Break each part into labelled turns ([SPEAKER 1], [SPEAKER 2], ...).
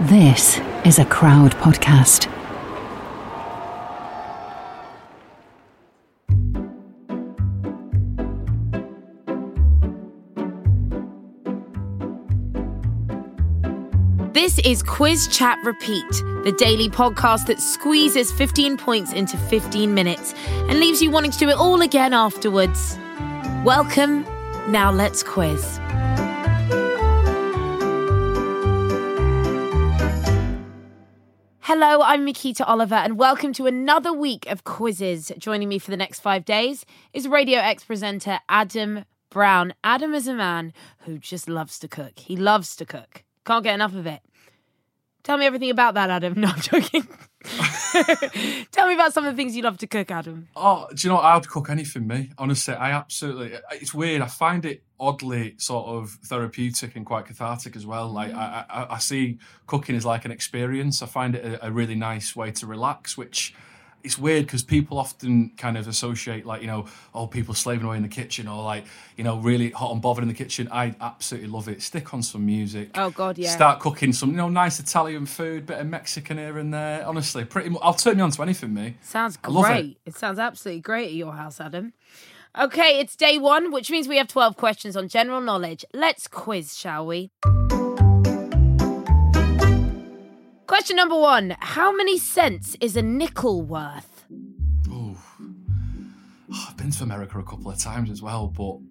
[SPEAKER 1] This is a crowd podcast.
[SPEAKER 2] This is Quiz Chat Repeat, the daily podcast that squeezes 15 points into 15 minutes and leaves you wanting to do it all again afterwards. Welcome. Now let's quiz. Hello, I'm Makita Oliver, and welcome to another week of quizzes. Joining me for the next five days is Radio X presenter Adam Brown. Adam is a man who just loves to cook. He loves to cook. Can't get enough of it. Tell me everything about that, Adam. No, I'm joking. Tell me about some of the things you love to cook, Adam.
[SPEAKER 3] Oh, do you know what? I'd cook anything, me. Honestly, I absolutely. It's weird. I find it oddly sort of therapeutic and quite cathartic as well. Like I, I, I see cooking as like an experience. I find it a, a really nice way to relax, which. It's weird because people often kind of associate like you know oh people slaving away in the kitchen or like you know really hot and bothered in the kitchen. I absolutely love it. Stick on some music.
[SPEAKER 2] Oh, God, yeah.
[SPEAKER 3] Start start cooking some, you know, nice Italian food, bit of Mexican here and there. Honestly, pretty much, I'll turn you on to anything, me.
[SPEAKER 2] Sounds
[SPEAKER 3] I love it.
[SPEAKER 2] great. It. sounds absolutely great at your house, Adam. Okay, it's day one, which means we have 12 questions on general knowledge. Let's quiz, shall we? Question number one How many cents is a nickel worth?
[SPEAKER 3] Oh, I've been to America a couple of times as well, but oh,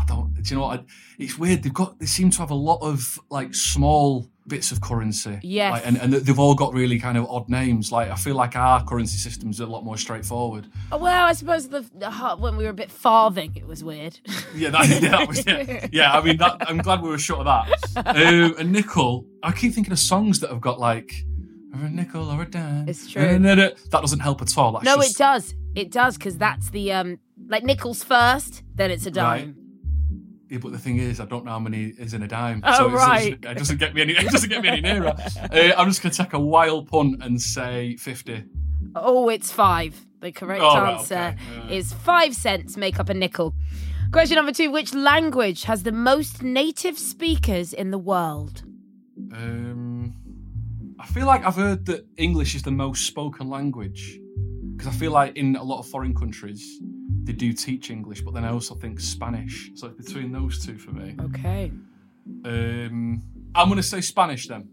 [SPEAKER 3] I don't. Do you know what? I, it's weird. They've got. They seem to have a lot of like small bits of currency.
[SPEAKER 2] Yes.
[SPEAKER 3] Like, and and they've all got really kind of odd names. Like I feel like our currency system's a lot more straightforward.
[SPEAKER 2] Oh, well, I suppose the, the heart- when we were a bit farthing, it was weird.
[SPEAKER 3] Yeah, that, yeah, that was yeah. yeah. I mean, that, I'm glad we were short of that. Um, and nickel. I keep thinking of songs that have got like. Or a nickel or a dime.
[SPEAKER 2] It's true.
[SPEAKER 3] That doesn't help at all. That's
[SPEAKER 2] no,
[SPEAKER 3] just,
[SPEAKER 2] it does. It does because that's the um, like nickels first, then it's a dime.
[SPEAKER 3] Right. Yeah, but the thing is, I don't know how many is in a dime.
[SPEAKER 2] Oh,
[SPEAKER 3] so it's-
[SPEAKER 2] right.
[SPEAKER 3] it doesn't get me any. It doesn't get me any nearer. Uh, I'm just gonna take a wild punt and say fifty.
[SPEAKER 2] Oh, it's five. The correct
[SPEAKER 3] Oh, right,
[SPEAKER 2] answer
[SPEAKER 3] okay. Yeah.
[SPEAKER 2] is five cents make up a nickel. Question number two Which language has the most native speakers in the world?
[SPEAKER 3] Um, I feel like I've heard that English is the most spoken language because I feel like in a lot of foreign countries they do teach English, but then I also think Spanish. So it's between those two for me.
[SPEAKER 2] Okay.
[SPEAKER 3] Um, I'm gonna say Spanish then.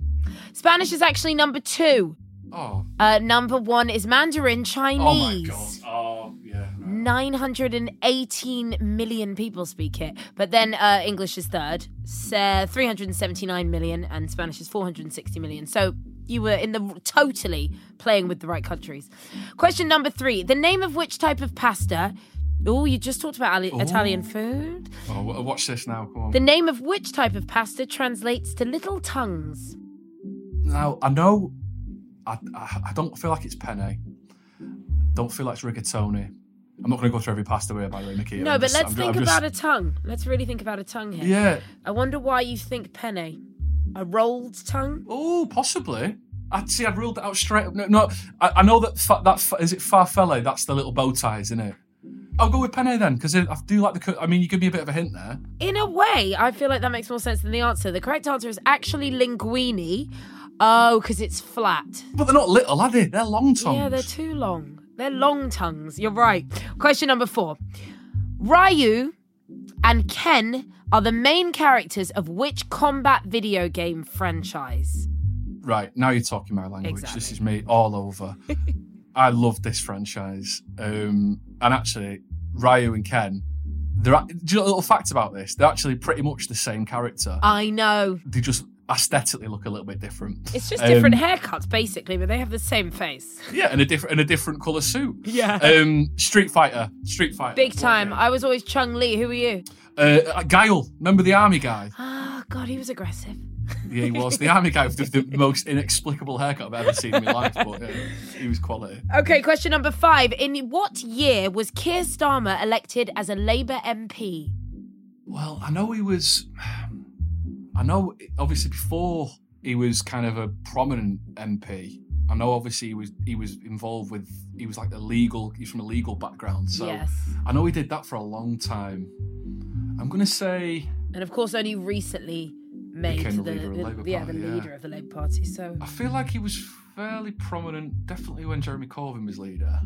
[SPEAKER 2] Spanish is actually number two.
[SPEAKER 3] Oh,
[SPEAKER 2] Uh, number one is Mandarin
[SPEAKER 3] oh my
[SPEAKER 2] Chinese.
[SPEAKER 3] god. Oh yeah. right.
[SPEAKER 2] 918 million people speak it, but then uh, English is third, so 379 million, and Spanish is 460 million. So you were in the totally playing with the right countries. Question number three: The name of which type of pasta? Oh, you just talked about Ali- Italian food.
[SPEAKER 3] Oh, w- watch this now. Come on.
[SPEAKER 2] The name of which type of pasta translates to little tongues?
[SPEAKER 3] Now I know, I, I, I don't feel like it's penne. Don't feel like it's rigatoni. I'm not going to go through every pasta way by the way, Nikita.
[SPEAKER 2] No, but let's think about a tongue. Let's really think about a tongue here.
[SPEAKER 3] Yeah.
[SPEAKER 2] I wonder why you think penne, a rolled tongue.
[SPEAKER 3] Oh, possibly. I'd see. I've ruled it out straight up. No, no I, I know that fa- that fa- is it. Farfalle. That's the little bow ties, isn't it? I'll go with penne then because I I do like the. co- I mean, you give me a bit of a hint there.
[SPEAKER 2] In a way, I feel like that makes more sense than the answer. The correct answer is actually linguini. Oh, because it's flat.
[SPEAKER 3] But they're not little, are they? They're long tongues.
[SPEAKER 2] Yeah, they're too long. They're long tongues. You're right. Question number four Ryu and Ken are the main characters of which combat video game franchise?
[SPEAKER 3] Right, now you're talking my language. This
[SPEAKER 2] Exactly.
[SPEAKER 3] is me all over. I love this franchise. Um, and actually, Ryu and Ken, they're, ac- do you know a little fact about this? They're actually pretty much the same character.
[SPEAKER 2] I know.
[SPEAKER 3] they just aesthetically look a little bit different.
[SPEAKER 2] It's just
[SPEAKER 3] Um,
[SPEAKER 2] different haircuts, basically, but they have the same face.
[SPEAKER 3] Yeah, and a different and a different colour suit.
[SPEAKER 2] Yeah.
[SPEAKER 3] Um, Street Fighter. Street Fighter.
[SPEAKER 2] Big
[SPEAKER 3] What a
[SPEAKER 2] time.
[SPEAKER 3] game.
[SPEAKER 2] I was always Chung Lee. Who are you?
[SPEAKER 3] Uh, Guile, remember the army guy?
[SPEAKER 2] Oh, God, he was aggressive.
[SPEAKER 3] Yeah, he was the army guy with the, the most inexplicable haircut I've ever seen in my life, but uh, he was quality.
[SPEAKER 2] Okay, question number five. In what year was Keir Starmer elected as a Labour MP?
[SPEAKER 3] Well, I know he was. I know obviously before he was kind of a prominent MP. I know obviously he was he was involved with he was like a legal he's from a legal background. So
[SPEAKER 2] Yes.
[SPEAKER 3] I know he did that for a long time. I'm gonna say
[SPEAKER 2] And of course, only recently made
[SPEAKER 3] Became
[SPEAKER 2] the,
[SPEAKER 3] the leader of
[SPEAKER 2] the-
[SPEAKER 3] Labour
[SPEAKER 2] yeah, the
[SPEAKER 3] Party, yeah.
[SPEAKER 2] leader of the Labour Party. So
[SPEAKER 3] I feel like he was fairly prominent, definitely when Jeremy Corbyn was leader.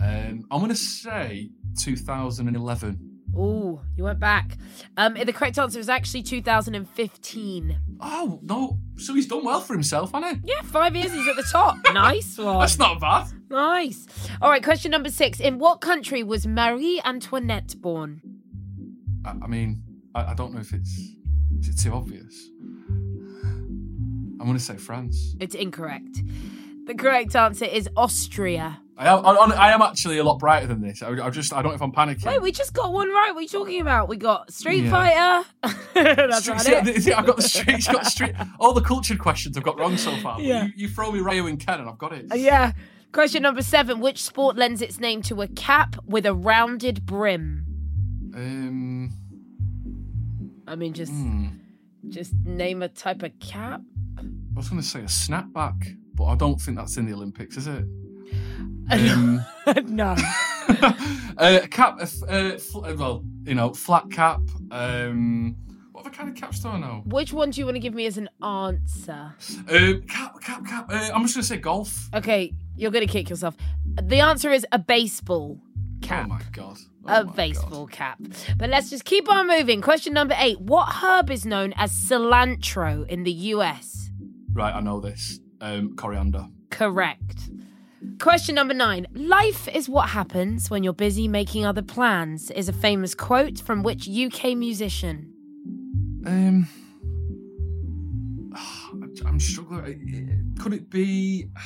[SPEAKER 3] Um, I'm gonna say 2011.
[SPEAKER 2] Ooh, you went back. Um, the correct answer is actually 2015.
[SPEAKER 3] Oh no! So he's done well for himself, hasn't he?
[SPEAKER 2] Yeah, five years he's at the top. nice one.
[SPEAKER 3] That's not bad.
[SPEAKER 2] Nice. All right, question number six. In what country was Marie Antoinette born?
[SPEAKER 3] I, I mean, I, I don't know if it's is it too obvious. I'm gonna say France.
[SPEAKER 2] It's incorrect. The correct answer is Austria.
[SPEAKER 3] I am, I, I am actually a lot brighter than this. I, I just I don't know if I'm panicking.
[SPEAKER 2] Wait, we just got one right. What are you talking about? We got Street
[SPEAKER 3] Yeah.
[SPEAKER 2] Fighter. That's
[SPEAKER 3] Street-
[SPEAKER 2] not
[SPEAKER 3] see,
[SPEAKER 2] it.
[SPEAKER 3] see, I've got the street. I've got the street. All the cultured questions I've got wrong so far.
[SPEAKER 2] Yeah. Uh,
[SPEAKER 3] You, you throw me Rayo and Ken, and I've got it.
[SPEAKER 2] Yeah. Question number seven. Which sport lends its name to a cap with a rounded brim?
[SPEAKER 3] Um,
[SPEAKER 2] I mean, just
[SPEAKER 3] hmm.
[SPEAKER 2] just name a type of cap.
[SPEAKER 3] I was going to say a snapback, but I don't think that's in the Olympics, is it? Um,
[SPEAKER 2] no.
[SPEAKER 3] uh, cap, uh, f- uh, fl- uh, well, you know, flat cap. Um, what other kind of caps do I know?
[SPEAKER 2] Which one do you want to give me as an answer?
[SPEAKER 3] Um, cap, cap, cap. Uh, I'm just going to say golf.
[SPEAKER 2] Okay, you're gonna kick yourself. The answer is a baseball
[SPEAKER 3] Oh
[SPEAKER 2] cap.
[SPEAKER 3] my god. Oh
[SPEAKER 2] a
[SPEAKER 3] my
[SPEAKER 2] baseball
[SPEAKER 3] God.
[SPEAKER 2] cap. But let's just keep on moving. Question number eight. What herb is known as cilantro in the US?
[SPEAKER 3] Right, I know this. Um, coriander.
[SPEAKER 2] Correct. Question number nine. Life is what happens when you're busy making other plans, is a famous quote from which UK musician?
[SPEAKER 3] Um, I'm struggling. Could it be?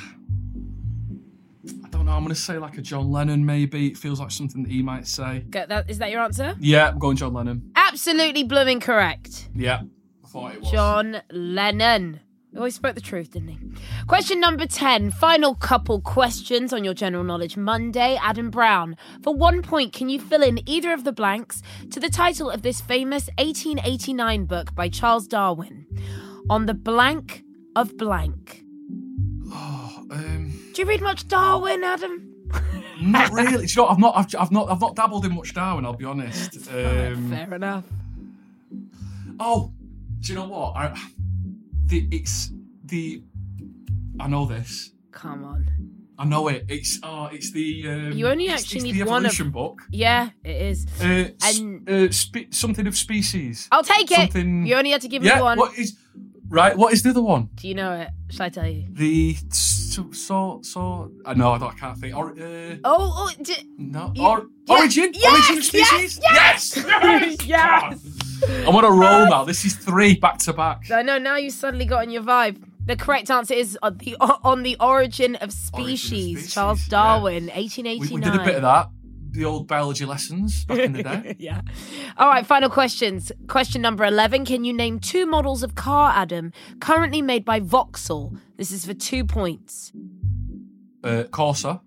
[SPEAKER 3] I don't know. I'm going to say like a John Lennon. Maybe it feels like something that he might say.
[SPEAKER 2] Go- that- Is that your answer?
[SPEAKER 3] Yeah, I'm going John Lennon.
[SPEAKER 2] Absolutely blooming correct.
[SPEAKER 3] Yeah, I thought it was.
[SPEAKER 2] John Lennon. He always spoke the truth, didn't he? Question number 10. Final couple questions on your General Knowledge Monday. Adam Brown. For one point, can you fill in either of the blanks to the title of this famous 1889 book by Charles Darwin? On the blank of blank.
[SPEAKER 3] Oh, um,
[SPEAKER 2] Do you read much Darwin, Adam?
[SPEAKER 3] not really. Do you know, what? I've not, I've, I've not, I've not dabbled in much Darwin. I'll be honest. Um,
[SPEAKER 2] Fair enough.
[SPEAKER 3] oh, do you know what? I, the, it's the. I know this.
[SPEAKER 2] Come on.
[SPEAKER 3] I know it. It's oh, it's the. Um,
[SPEAKER 2] You only
[SPEAKER 3] it's-
[SPEAKER 2] actually
[SPEAKER 3] it's
[SPEAKER 2] need
[SPEAKER 3] the
[SPEAKER 2] one of-
[SPEAKER 3] evolution book.
[SPEAKER 2] Yeah, it is.
[SPEAKER 3] Uh, s-
[SPEAKER 2] And-
[SPEAKER 3] uh, spe- something of species.
[SPEAKER 2] I'll take it.
[SPEAKER 3] something-
[SPEAKER 2] You only had to give
[SPEAKER 3] yeah.
[SPEAKER 2] me one.
[SPEAKER 3] What is right? What is the other one?
[SPEAKER 2] Do you know it? Shall I tell you?
[SPEAKER 3] The so so. so uh, no, I, don't, I can't think. Or, uh,
[SPEAKER 2] Oh, oh d-
[SPEAKER 3] no.
[SPEAKER 2] you-
[SPEAKER 3] Or,
[SPEAKER 2] yeah,
[SPEAKER 3] origin.
[SPEAKER 2] yes,
[SPEAKER 3] origin of
[SPEAKER 2] yes,
[SPEAKER 3] species. Yes. Yes.
[SPEAKER 2] Yes.
[SPEAKER 3] God. I'm on a roll now. This is three back to back.
[SPEAKER 2] I know now you've suddenly got in your vibe. The correct answer is on the, uh, on the origin of
[SPEAKER 3] Origin of
[SPEAKER 2] species,
[SPEAKER 3] Species,
[SPEAKER 2] Charles
[SPEAKER 3] yeah.
[SPEAKER 2] Darwin,
[SPEAKER 3] We,
[SPEAKER 2] 1889.
[SPEAKER 3] we did a bit of that. The old biology lessons back in the day.
[SPEAKER 2] yeah. All right, final questions. Question number 11. Can you name two models of car, Adam, currently made by Vauxhall? This is for two points.
[SPEAKER 3] Uh, Corsa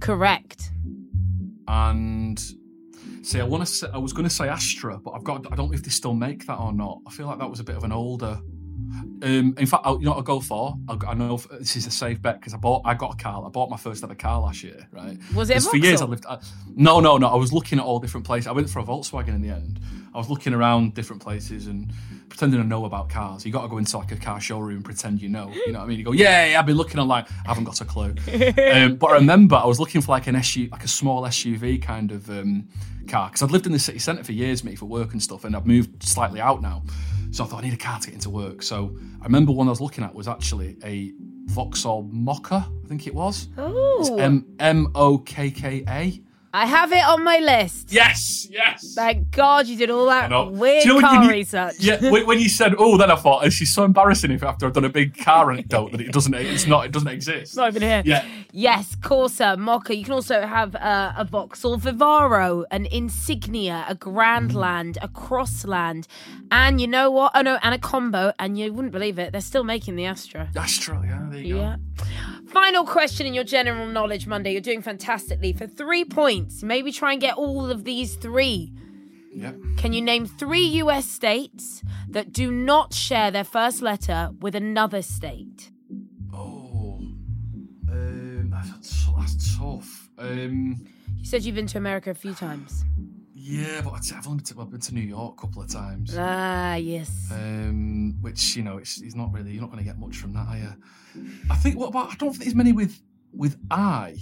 [SPEAKER 2] Correct.
[SPEAKER 3] and. See, I want to. Say, I was going to say Astra, but I've got. I don't know if they still make that or not. I feel like that was a bit of an older. Um, in fact, I'll, you know what I'll go for? I'll, go- I know if- this is a safe bet because I bought. I got a car. I bought my first ever car last year. Right?
[SPEAKER 2] Was it a
[SPEAKER 3] 'Cause for years? I
[SPEAKER 2] Vauxhall?
[SPEAKER 3] lived. I, no, no, no. I was looking at all different places. I went for a Volkswagen in the end. I was looking around different places and pretending to know about cars. You got to go into like a car showroom and pretend you know. You know what I mean? You go, yeah, yeah, I've been looking online. I haven't got a clue. um, but I remember I was looking for like an SU, like a small SUV kind of um, car because I'd lived in the city centre for years, mate, for work and stuff, and I've moved slightly out now. So I thought I need a car to get into work. So I remember one I was looking at was actually a Vauxhall Mocker, I think it was. It's
[SPEAKER 2] Oh.
[SPEAKER 3] M M O K K A.
[SPEAKER 2] I have it on my list.
[SPEAKER 3] Yes, yes.
[SPEAKER 2] Thank God you did all that
[SPEAKER 3] know.
[SPEAKER 2] weird
[SPEAKER 3] Do you know what
[SPEAKER 2] car
[SPEAKER 3] you need-
[SPEAKER 2] research.
[SPEAKER 3] Yeah, when, when you said, "Oh," then I thought, "This is so embarrassing." If after I've done a big car anecdote that it doesn't, it's not, it doesn't exist.
[SPEAKER 2] It's not even here.
[SPEAKER 3] Yeah.
[SPEAKER 2] Yes, Corsa, Mocha. You can also have uh, a Vauxhall Vivaro, an Insignia, a Grandland, a Crossland, and you know what? Oh no, and a combo. And you wouldn't believe it, they're still making the Astra.
[SPEAKER 3] Astral, yeah, there you
[SPEAKER 2] Yeah. Final question in your general knowledge Monday. You're doing fantastically for three points. Maybe try and get all of these three.
[SPEAKER 3] go. Yeah.
[SPEAKER 2] Can you name three US states that do not share their first letter with another state?
[SPEAKER 3] Oh, um, that's, that's tough. Um,
[SPEAKER 2] You said you've been to America a few times.
[SPEAKER 3] yeah, but I'd say I've only been to, I've been to New York a couple of times.
[SPEAKER 2] Ah, yes.
[SPEAKER 3] Um, which you know, it's, it's not really. You're not going to get much from that, are you? I think. What about? I don't think there's many with with I.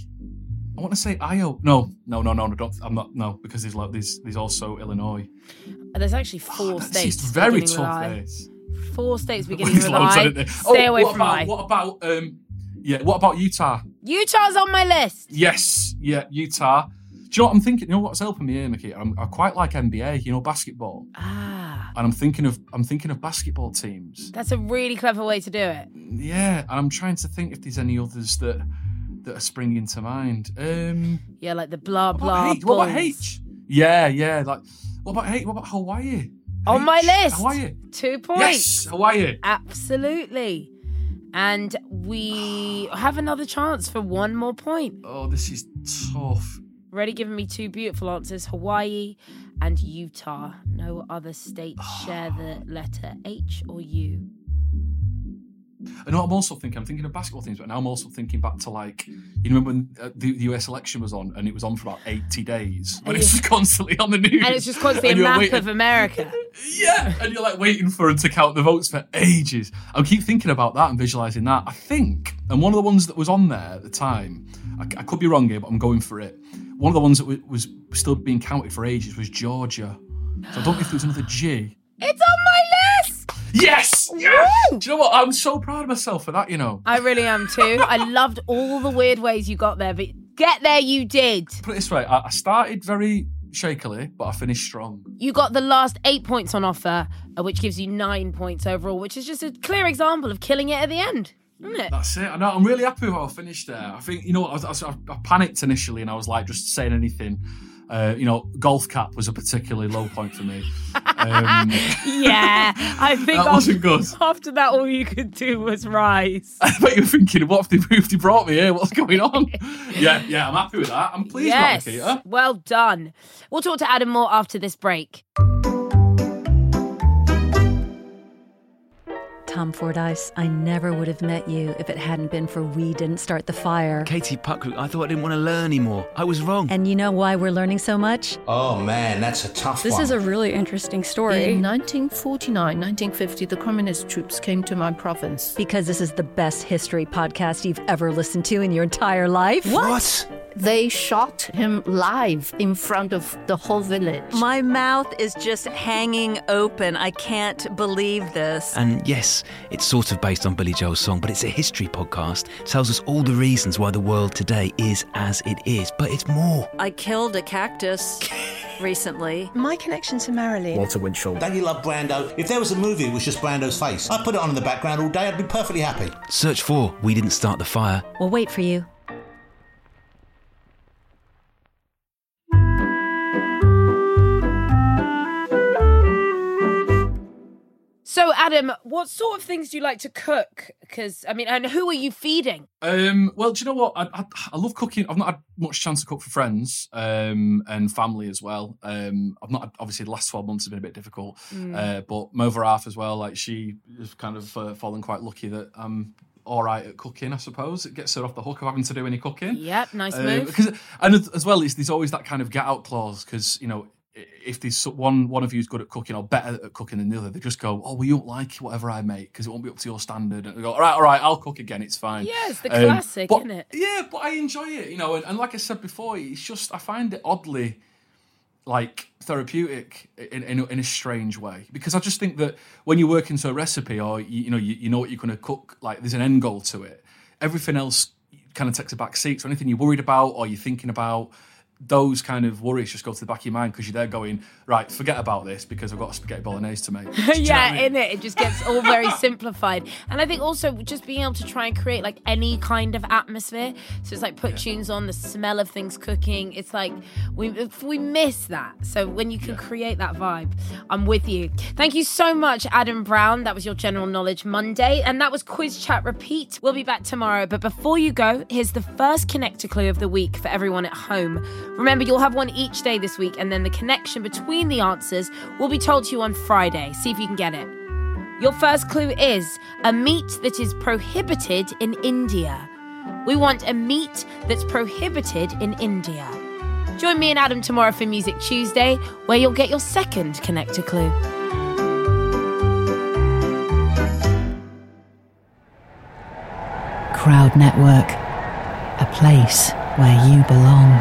[SPEAKER 3] I want to say Io. No, no, no, no, no. Don't, I'm not. No, because there's like there's there's also Illinois.
[SPEAKER 2] There's actually four
[SPEAKER 3] That's
[SPEAKER 2] states.
[SPEAKER 3] just very
[SPEAKER 2] beginning with
[SPEAKER 3] tough.
[SPEAKER 2] I.
[SPEAKER 3] This.
[SPEAKER 2] Four states beginning
[SPEAKER 3] It's
[SPEAKER 2] with
[SPEAKER 3] loads, isn't
[SPEAKER 2] I.
[SPEAKER 3] it?
[SPEAKER 2] Stay
[SPEAKER 3] Oh,
[SPEAKER 2] away
[SPEAKER 3] what
[SPEAKER 2] from
[SPEAKER 3] about,
[SPEAKER 2] I.
[SPEAKER 3] What about um? Yeah. What about Utah?
[SPEAKER 2] Utah's on my list.
[SPEAKER 3] Yes, yeah, Utah. Do you know what I'm thinking? You know what's helping me here, Mickey? I'm, I quite like NBA, you know, basketball,
[SPEAKER 2] Ah,
[SPEAKER 3] and I'm thinking of I'm thinking of basketball teams.
[SPEAKER 2] that's a really clever way to do it.
[SPEAKER 3] Yeah, and I'm trying to think if there's any others that that are springing to mind. Um,
[SPEAKER 2] Yeah, like the blah
[SPEAKER 3] what
[SPEAKER 2] blah.
[SPEAKER 3] about, H? what about
[SPEAKER 2] balls.
[SPEAKER 3] H? Yeah, yeah. Like, what about H? What about Hawaii?
[SPEAKER 2] On my
[SPEAKER 3] H,
[SPEAKER 2] list.
[SPEAKER 3] Hawaii.
[SPEAKER 2] Two points.
[SPEAKER 3] Yes, Hawaii.
[SPEAKER 2] Absolutely. And we have another chance for one more point.
[SPEAKER 3] Oh, this is tough.
[SPEAKER 2] Already given me two beautiful answers Hawaii and Utah. No other states share the letter H or U.
[SPEAKER 3] And what I'm also thinking, I'm thinking of basketball teams, but now I'm also thinking back to like, you remember when uh, the, the US election was on and it was on for about 80 days, but it's just constantly on the news.
[SPEAKER 2] And it's just constantly
[SPEAKER 3] And
[SPEAKER 2] a
[SPEAKER 3] you're
[SPEAKER 2] map
[SPEAKER 3] waiting-
[SPEAKER 2] of America.
[SPEAKER 3] Yeah, and you're like waiting for them to count the votes for ages. I keep thinking about that and visualizing that. I think, and one of the ones that was on there at the time, I, I could be wrong here, but I'm going for it. One of the ones that wa- was still being counted for ages was Georgia. So I don't know if there was another G.
[SPEAKER 2] It's on my list!
[SPEAKER 3] Yes! yes! Do you know what? I'm so proud of myself for that, you know.
[SPEAKER 2] I really am too. I loved all the weird ways you got there, but get there you did.
[SPEAKER 3] put it this way I, I started very shakily but i finished strong
[SPEAKER 2] You got the last eight points on offer, uh, which gives you nine points overall, which is just a clear example of killing it at the end, isn't it?
[SPEAKER 3] that's it i know i'm really happy with how i finished there i think you know i, was- I, was- I panicked initially and i was like just saying anything uh, you know golf cap was a particularly low point for me um,
[SPEAKER 2] yeah, I think
[SPEAKER 3] That wasn't good.
[SPEAKER 2] after that, all you could do was rise.
[SPEAKER 3] i bet you were thinking what have they moved they brought me here what's going on yeah yeah i'm happy with that i'm pleased
[SPEAKER 2] yes,
[SPEAKER 3] with that Nikita.
[SPEAKER 2] well done. We'll talk to Adam more after this break.
[SPEAKER 4] Tom Fordyce, I never would have met you if it hadn't been for We Didn't Start the Fire.
[SPEAKER 5] Katie Puckroot, I thought I didn't want to learn anymore. I was wrong.
[SPEAKER 4] And you know why we're learning so much?
[SPEAKER 6] Oh man, that's a tough
[SPEAKER 7] This
[SPEAKER 6] one.
[SPEAKER 7] is a really interesting story.
[SPEAKER 8] In 1949, 1950, the communist troops came to my province.
[SPEAKER 4] Because this is the best history podcast you've ever listened to in your entire life.
[SPEAKER 8] They shot him live in front of the whole village.
[SPEAKER 4] My mouth is just hanging open. I can't believe this.
[SPEAKER 5] And yes, it's sort of based on Billy Joel's song, but it's a history podcast. Tells us all the reasons why the world today is as it is, but it's more.
[SPEAKER 4] I killed a cactus recently.
[SPEAKER 7] My connection to Marilyn.
[SPEAKER 5] Walter Winchell.
[SPEAKER 6] Don't you love Brando? If there was a movie it was just Brando's face, I'd put it on in the background all day. I'd be perfectly happy.
[SPEAKER 5] Search for We Didn't Start the Fire.
[SPEAKER 4] We'll wait for you.
[SPEAKER 2] So, Adam, what sort of things do you like to cook? Because, I mean, and who are you feeding?
[SPEAKER 3] Um, well, do you know what? I, I, I love cooking. I've not had much chance to cook for friends um, and family as well. Um, I've not had- obviously the last twelve months have been a bit difficult, uh, but my other half as well. Like she has kind of uh, fallen quite lucky that I'm all right at cooking. I suppose it gets her off the hook of having to do any cooking.
[SPEAKER 2] Yep, nice
[SPEAKER 3] Uh,
[SPEAKER 2] move.
[SPEAKER 3] Because and as- as well, it's, there's always that kind of get out clause because you know i- if there's so- one one of you is good at cooking or better at cooking than the other, they just go, "Oh, well, you won't like whatever I make because it won't be up to your standard." And they go, "All right, all right, I'll cook again. It's fine."
[SPEAKER 2] Yeah, it's the
[SPEAKER 3] Um,
[SPEAKER 2] classic,
[SPEAKER 3] but-
[SPEAKER 2] isn't it?
[SPEAKER 3] Yeah, but I enjoy it, you know, and, and like I said before, it's just I find it oddly like therapeutic in, in, a- in a strange way because I just think that when you work into a recipe or you, you know you, you know what you're going to cook like there's an end goal to it everything else kind of takes a back seat so anything you're worried about or you're thinking about those kind of worries just go to the back of your mind because you're there going, right, forget about this because I've got a spaghetti bolognese to make. Do you know what
[SPEAKER 2] yeah,
[SPEAKER 3] I mean?
[SPEAKER 2] in it, it just gets all very simplified. And I think also just being able to try and create like any kind of atmosphere. So it's like put tunes on, the smell of things cooking. It's like we if we miss that. So when you can create that vibe, I'm with you. Thank you so much, Adam Brown. That was your general knowledge Monday, and that was quiz chat repeat. We'll be back tomorrow. But before you go, here's the first connector clue of the week for everyone at home. Remember, you'll have one each day this week, and then the connection between the answers will be told to you on Friday. See if you can get it. Your first clue is a meat that is prohibited in India. We want a meat that's prohibited in India. Join me and Adam tomorrow for Music Tuesday, where you'll get your second connector clue.
[SPEAKER 1] Crowd Network, a place where you belong.